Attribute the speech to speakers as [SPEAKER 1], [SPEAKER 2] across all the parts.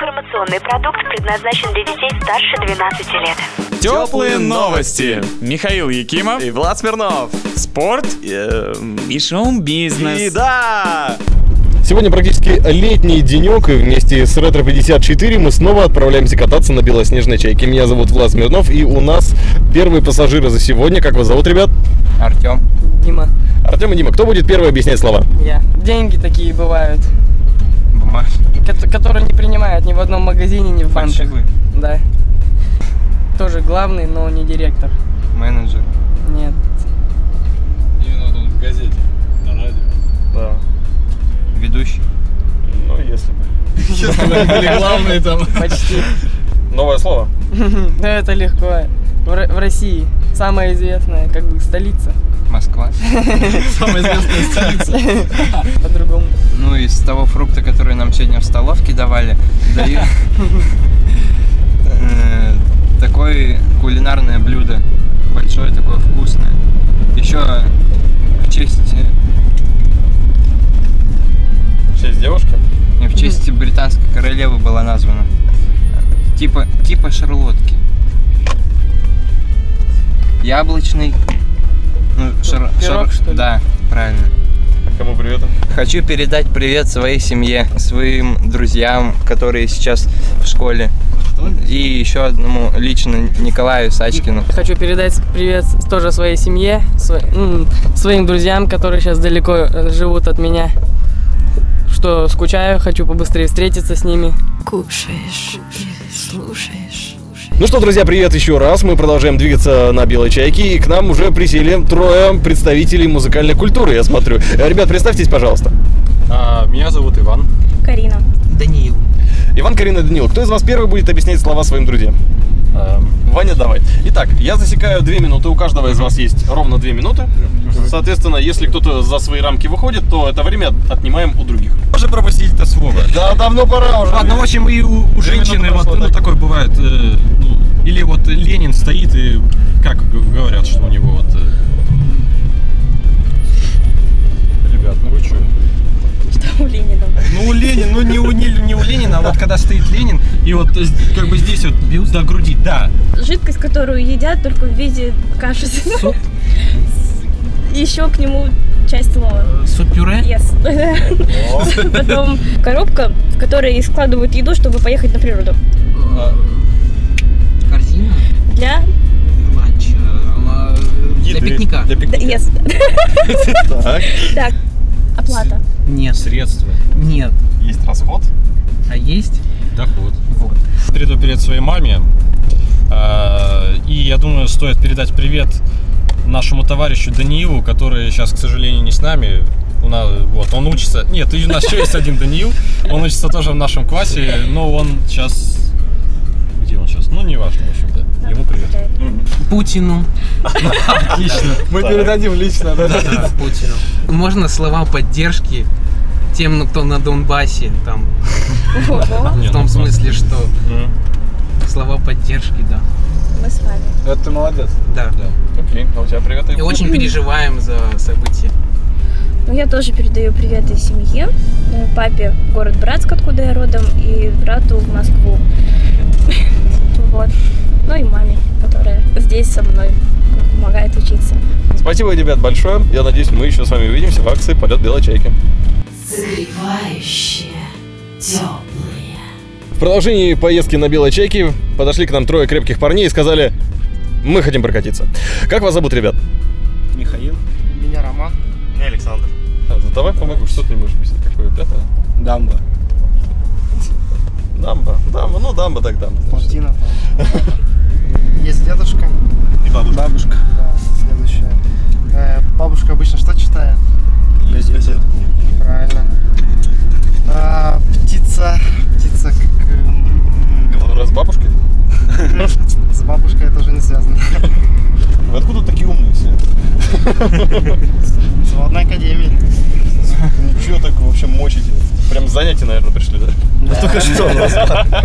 [SPEAKER 1] Информационный продукт предназначен для детей старше 12 лет.
[SPEAKER 2] Теплые новости. Михаил Якимов,
[SPEAKER 3] И Влад Смирнов.
[SPEAKER 2] спорт
[SPEAKER 3] Эм,
[SPEAKER 2] и шоу-бизнес.
[SPEAKER 3] И да!
[SPEAKER 4] Сегодня практически летний денек, и вместе с Ретро 54 мы снова отправляемся кататься на белоснежной чайке. Меня зовут Влад Смирнов, и у нас первые пассажиры за сегодня. Как вас зовут, ребят?
[SPEAKER 5] Артем.
[SPEAKER 6] Дима,
[SPEAKER 4] Артем и Дима, кто будет первый объяснять слова?
[SPEAKER 6] я. Деньги такие бывают, кот- которые не принимают ни в одном магазине, ни в банке.
[SPEAKER 5] Фальшивый.
[SPEAKER 6] Да. Тоже главный, но не директор.
[SPEAKER 5] Менеджер.
[SPEAKER 6] Нет.
[SPEAKER 5] Ведущий.
[SPEAKER 4] Ну, если бы.
[SPEAKER 6] Почти.
[SPEAKER 4] Новое слово.
[SPEAKER 6] Да это легко. В, Р- в России самая известная, как бы, столица.
[SPEAKER 5] Москва.
[SPEAKER 6] По-другому.
[SPEAKER 5] Ну, из того фрукта, который нам сегодня в столовке давали, даю э, такое кулинарное блюдо. Большое такое вкусное. Еще в честь... э,
[SPEAKER 4] В честь девушки.
[SPEAKER 5] не, В честь британской королевы была названа. Типа, типа шарлотки. Яблочный. Ну, шар-
[SPEAKER 6] Пирог,
[SPEAKER 5] шар-
[SPEAKER 6] что ли?
[SPEAKER 5] Да, правильно.
[SPEAKER 4] Кому привет?
[SPEAKER 5] Хочу передать привет своей семье, своим друзьям, которые сейчас в школе. И еще одному лично Николаю Сачкину.
[SPEAKER 6] Хочу передать привет тоже своей семье, сво- м, своим друзьям, которые сейчас далеко э, живут от меня. Что скучаю, хочу побыстрее встретиться с ними.
[SPEAKER 7] Кушаешь, и слушаешь.
[SPEAKER 4] Ну что, друзья, привет еще раз. Мы продолжаем двигаться на Белой Чайке, и к нам уже присели трое представителей музыкальной культуры, я смотрю. Э, Ребят, представьтесь, пожалуйста.
[SPEAKER 8] Меня зовут Иван.
[SPEAKER 1] Карина.
[SPEAKER 5] Даниил.
[SPEAKER 4] Иван, Карина, Данил, кто из вас первый будет объяснять слова своим друзьям? Ваня, давай. Итак, я засекаю две минуты. У каждого из вас есть ровно две минуты. Соответственно, если кто-то за свои рамки выходит, то это время отнимаем у других.
[SPEAKER 8] Можно пропустить это слово.
[SPEAKER 4] Да, давно пора уже.
[SPEAKER 8] Ладно, в общем, и у, у женщины
[SPEAKER 4] минуты
[SPEAKER 8] вот
[SPEAKER 4] прошло,
[SPEAKER 8] ну,
[SPEAKER 4] да.
[SPEAKER 8] такое бывает. э, ну, или вот Ленин стоит и как г- говорят, что у него вот. Ребят, ну вы что? Ну, у Ленина, ну не у, не, не у Ленина, а вот когда стоит Ленин, и вот э, с- как бы здесь вот до груди, да.
[SPEAKER 9] жидкость, которую едят только в виде каши. Еще к нему часть лоа.
[SPEAKER 5] Суп-пюре?
[SPEAKER 9] Yes. Потом коробка, в которой складывают еду, чтобы поехать на природу.
[SPEAKER 5] А, Корзина?
[SPEAKER 9] Для...
[SPEAKER 5] Ланч. Для пикника?
[SPEAKER 9] да, Yes. Так. Оплата.
[SPEAKER 5] Нет.
[SPEAKER 8] Средства.
[SPEAKER 5] Нет.
[SPEAKER 4] Есть расход.
[SPEAKER 5] А есть?
[SPEAKER 8] Доход.
[SPEAKER 5] Вот.
[SPEAKER 8] Приду перед своей маме. А, И я думаю, стоит передать привет нашему товарищу Даниилу, который сейчас, к сожалению, не с нами. У нас, вот, он учится. Нет, и у нас еще есть один Даниил. Он учится тоже в нашем классе, но он сейчас. Где он сейчас? Ну, неважно, в общем-то. Ему привет.
[SPEAKER 5] Путину.
[SPEAKER 8] Отлично.
[SPEAKER 4] Мы передадим лично.
[SPEAKER 5] Путину. Можно слова поддержки тем, ну, кто на Донбассе, там,
[SPEAKER 9] Ого,
[SPEAKER 8] Не,
[SPEAKER 5] в том
[SPEAKER 8] ну,
[SPEAKER 5] смысле, что
[SPEAKER 8] Мгм.
[SPEAKER 5] слова поддержки, да.
[SPEAKER 9] мы с вами.
[SPEAKER 4] Это молодец.
[SPEAKER 5] Да.
[SPEAKER 4] Окей, а у тебя привет.
[SPEAKER 5] И очень переживаем за события.
[SPEAKER 9] Ну, я тоже передаю привет и семье, э, папе в город Братск, откуда я родом, и брату в Москву. Вот. Ну и маме, которая здесь со мной помогает учиться.
[SPEAKER 4] Спасибо, ребят, большое. Я надеюсь, мы еще с вами увидимся в акции «Полет белой чайки».
[SPEAKER 7] Согревающее, теплое.
[SPEAKER 4] В продолжении поездки на Белой Чайке подошли к нам трое крепких парней и сказали, мы хотим прокатиться. Как вас зовут, ребят?
[SPEAKER 8] Михаил.
[SPEAKER 5] Меня Роман.
[SPEAKER 3] Не, Александр.
[SPEAKER 4] А, ну, давай помогу, что ты не можешь объяснить? Какое пятое?
[SPEAKER 5] Дамба.
[SPEAKER 4] Дамба, дамба, ну дамба так дамба.
[SPEAKER 5] Путина. Есть дедушка.
[SPEAKER 3] И бабушка.
[SPEAKER 5] Бабушка. следующая. Э, бабушка обычно что читает?
[SPEAKER 3] Газета.
[SPEAKER 5] Правильно. А, птица. Птица как...
[SPEAKER 4] Раз бабушкой?
[SPEAKER 5] С бабушкой это уже не связано.
[SPEAKER 4] Вы откуда такие умные все?
[SPEAKER 5] Свободной академии.
[SPEAKER 4] Ничего так, в общем, мочите. Прям с занятий, наверное, пришли, да? Ну только что.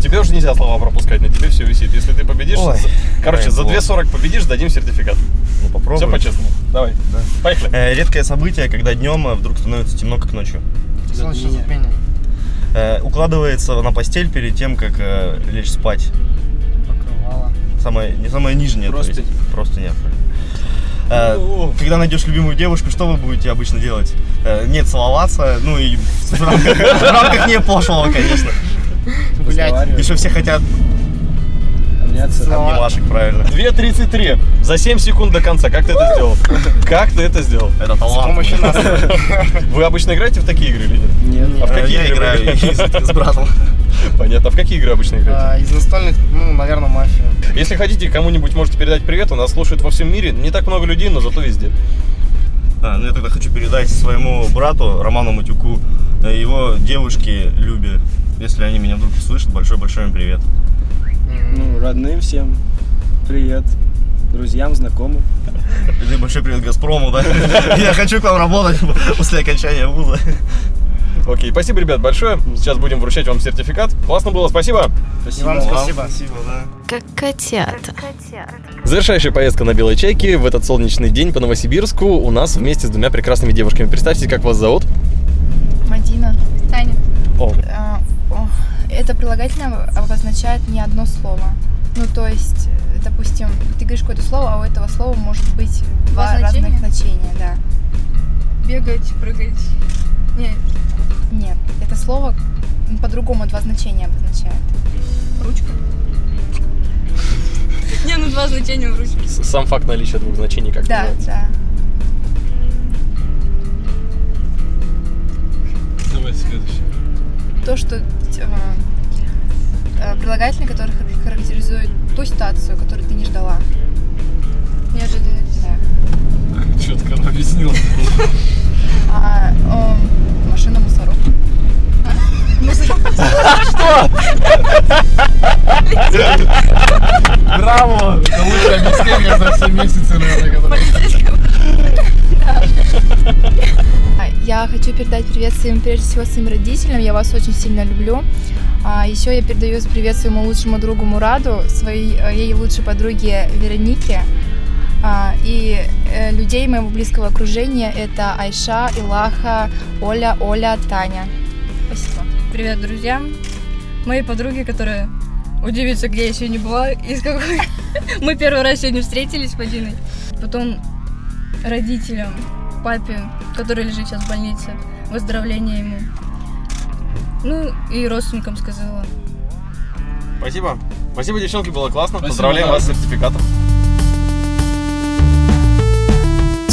[SPEAKER 4] Тебе уже нельзя слова пропускать, на тебе все висит. Если ты победишь,
[SPEAKER 3] Ой,
[SPEAKER 4] за- короче, за
[SPEAKER 3] повезло.
[SPEAKER 4] 2.40 победишь, дадим сертификат.
[SPEAKER 3] Ну, попробуй.
[SPEAKER 4] Все по-честному. Давай,
[SPEAKER 3] Да.
[SPEAKER 4] поехали.
[SPEAKER 3] Э, Редкое событие, когда днем вдруг становится темно, как ночью.
[SPEAKER 5] Солнечное затмение.
[SPEAKER 3] э, укладывается на постель перед тем, как э, лечь спать.
[SPEAKER 5] Покрывало.
[SPEAKER 3] Самое, не самое нижнее. то есть. Просто не оформлено. Э, Когда найдешь любимую девушку, что вы будете обычно делать? Э, Не целоваться, ну и в рамках, в рамках не пошлого, конечно. Еще все хотят обнимашек, правильно.
[SPEAKER 4] 2.33. За 7 секунд до конца. Как ты это сделал? Как ты это сделал?
[SPEAKER 3] Это талант. блин.
[SPEAKER 4] А Вы обычно играете в такие игры или нет? А в
[SPEAKER 3] Э,
[SPEAKER 4] какие
[SPEAKER 3] Я
[SPEAKER 4] игры
[SPEAKER 3] играю
[SPEAKER 4] вы играете?
[SPEAKER 3] с братом.
[SPEAKER 4] Понятно. А в какие игры обычно играете?
[SPEAKER 5] а,
[SPEAKER 10] Из настольных, ну, наверное, мафия.
[SPEAKER 3] А.
[SPEAKER 4] Если хотите, кому-нибудь можете передать привет. У нас слушают во всем мире. Не так много людей, но зато везде.
[SPEAKER 3] А, ну я тогда хочу передать своему брату Роману Матюку, э, его девушке Любе. Если они меня вдруг услышат, большой-большой им привет.
[SPEAKER 10] Ну, родным всем. Привет. Друзьям, знакомым.
[SPEAKER 3] Или большой привет Газпрому, да? Я хочу к вам работать после окончания вуза.
[SPEAKER 4] Окей, спасибо, ребят, большое. Сейчас будем вручать вам сертификат. Классно было, спасибо.
[SPEAKER 10] Спасибо. вам спасибо.
[SPEAKER 3] Спасибо, да.
[SPEAKER 7] Как котята.
[SPEAKER 4] Завершающая поездка на Белой Чайке в этот солнечный день по Новосибирску у нас вместе с двумя прекрасными девушками. Представьте, как вас зовут.
[SPEAKER 9] Мадина. Таня.
[SPEAKER 4] О.
[SPEAKER 9] Э, о, Это прилагательное обозначает не одно слово. Ну, то есть, э, допустим, ты говоришь какое-то слово, а у этого слова может быть два разных значения, да. Бегать, прыгать. Нет. Нет, это слово м, по-другому два значения обозначает. Ручка. Не, ну два значения в ручке.
[SPEAKER 4] С- Сам факт наличия двух значений как
[SPEAKER 9] Да,
[SPEAKER 4] называется?
[SPEAKER 9] да.
[SPEAKER 8] Давайте следующее.
[SPEAKER 9] то, что э, прилагательные, которые характеризуют ту ситуацию, которую ты не ждала. Неожиданно.
[SPEAKER 8] Четко она объяснила.
[SPEAKER 9] А, о, машина мусоров.
[SPEAKER 8] Браво! Это лучшее объяснение за все месяцы, наверное, которые...
[SPEAKER 9] А, Я хочу передать привет своим, прежде всего, своим родителям. Я вас очень сильно люблю. А еще я передаю привет своему лучшему другу Мураду, своей э, ей лучшей подруге Веронике. А, и э, людей моего близкого окружения это Айша, Илаха, Оля, Оля, Таня. Спасибо.
[SPEAKER 11] Привет, друзья. Моей подруге, которая удивится, где я сегодня была, из какой... Мы первый раз сегодня встретились с Мадиной. Потом родителям, папе, который лежит сейчас в больнице, выздоровление ему. Ну, и родственникам сказала.
[SPEAKER 4] Спасибо. Спасибо, девчонки, было классно.
[SPEAKER 8] Спасибо,
[SPEAKER 4] Поздравляем
[SPEAKER 8] да.
[SPEAKER 4] вас с сертификатом.